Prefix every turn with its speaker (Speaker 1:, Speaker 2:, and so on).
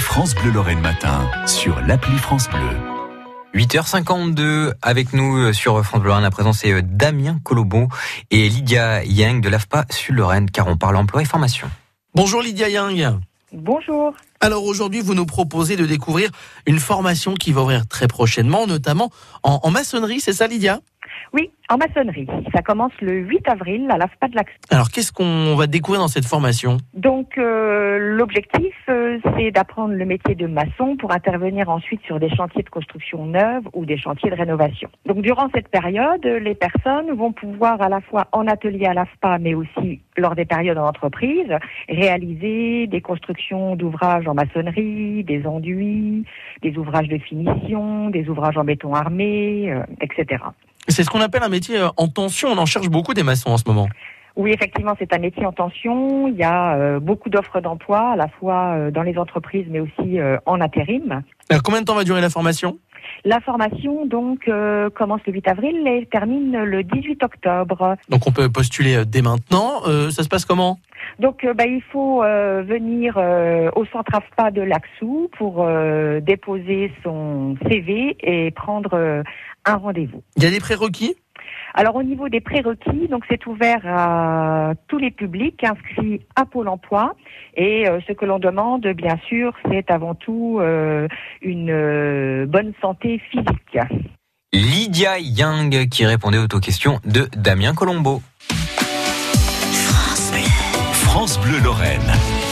Speaker 1: France Bleu Lorraine Matin sur l'appli France Bleu.
Speaker 2: 8h52 avec nous euh, sur France Bleu Lorraine. À présent, c'est euh, Damien Colombo et Lydia Yang de l'AFPA Sud Lorraine, car on parle emploi et formation.
Speaker 3: Bonjour Lydia Yang.
Speaker 4: Bonjour.
Speaker 3: Alors aujourd'hui, vous nous proposez de découvrir une formation qui va ouvrir très prochainement, notamment en, en maçonnerie, c'est ça Lydia
Speaker 4: Oui, en maçonnerie. Ça commence le 8 avril à l'AFPA de l'Axe.
Speaker 3: Alors qu'est-ce qu'on va découvrir dans cette formation
Speaker 4: Donc euh, l'objectif, euh, c'est d'apprendre le métier de maçon pour intervenir ensuite sur des chantiers de construction neuve ou des chantiers de rénovation. Donc durant cette période, les personnes vont pouvoir à la fois en atelier à l'AFPA, mais aussi lors des périodes en entreprise, réaliser des constructions d'ouvrages en maçonnerie, des enduits, des ouvrages de finition, des ouvrages en béton armé, euh, etc.
Speaker 3: C'est ce qu'on appelle un métier euh, en tension, on en cherche beaucoup des maçons en ce moment.
Speaker 4: Oui, effectivement, c'est un métier en tension. Il y a euh, beaucoup d'offres d'emploi, à la fois euh, dans les entreprises, mais aussi euh, en intérim.
Speaker 3: Alors combien de temps va durer la formation
Speaker 4: La formation, donc, euh, commence le 8 avril et termine le 18 octobre.
Speaker 3: Donc on peut postuler euh, dès maintenant. Euh, ça se passe comment
Speaker 4: Donc, euh, bah, il faut euh, venir euh, au centre AFPA de l'Axou pour euh, déposer son CV et prendre euh, un rendez-vous.
Speaker 3: Il y a des prérequis
Speaker 4: Alors au niveau des prérequis, donc c'est ouvert à tous les publics inscrits à Pôle Emploi et euh, ce que l'on demande bien sûr, c'est avant tout euh, une euh, bonne santé physique.
Speaker 2: Lydia Yang qui répondait aux questions de Damien Colombo.
Speaker 1: France Bleu Lorraine.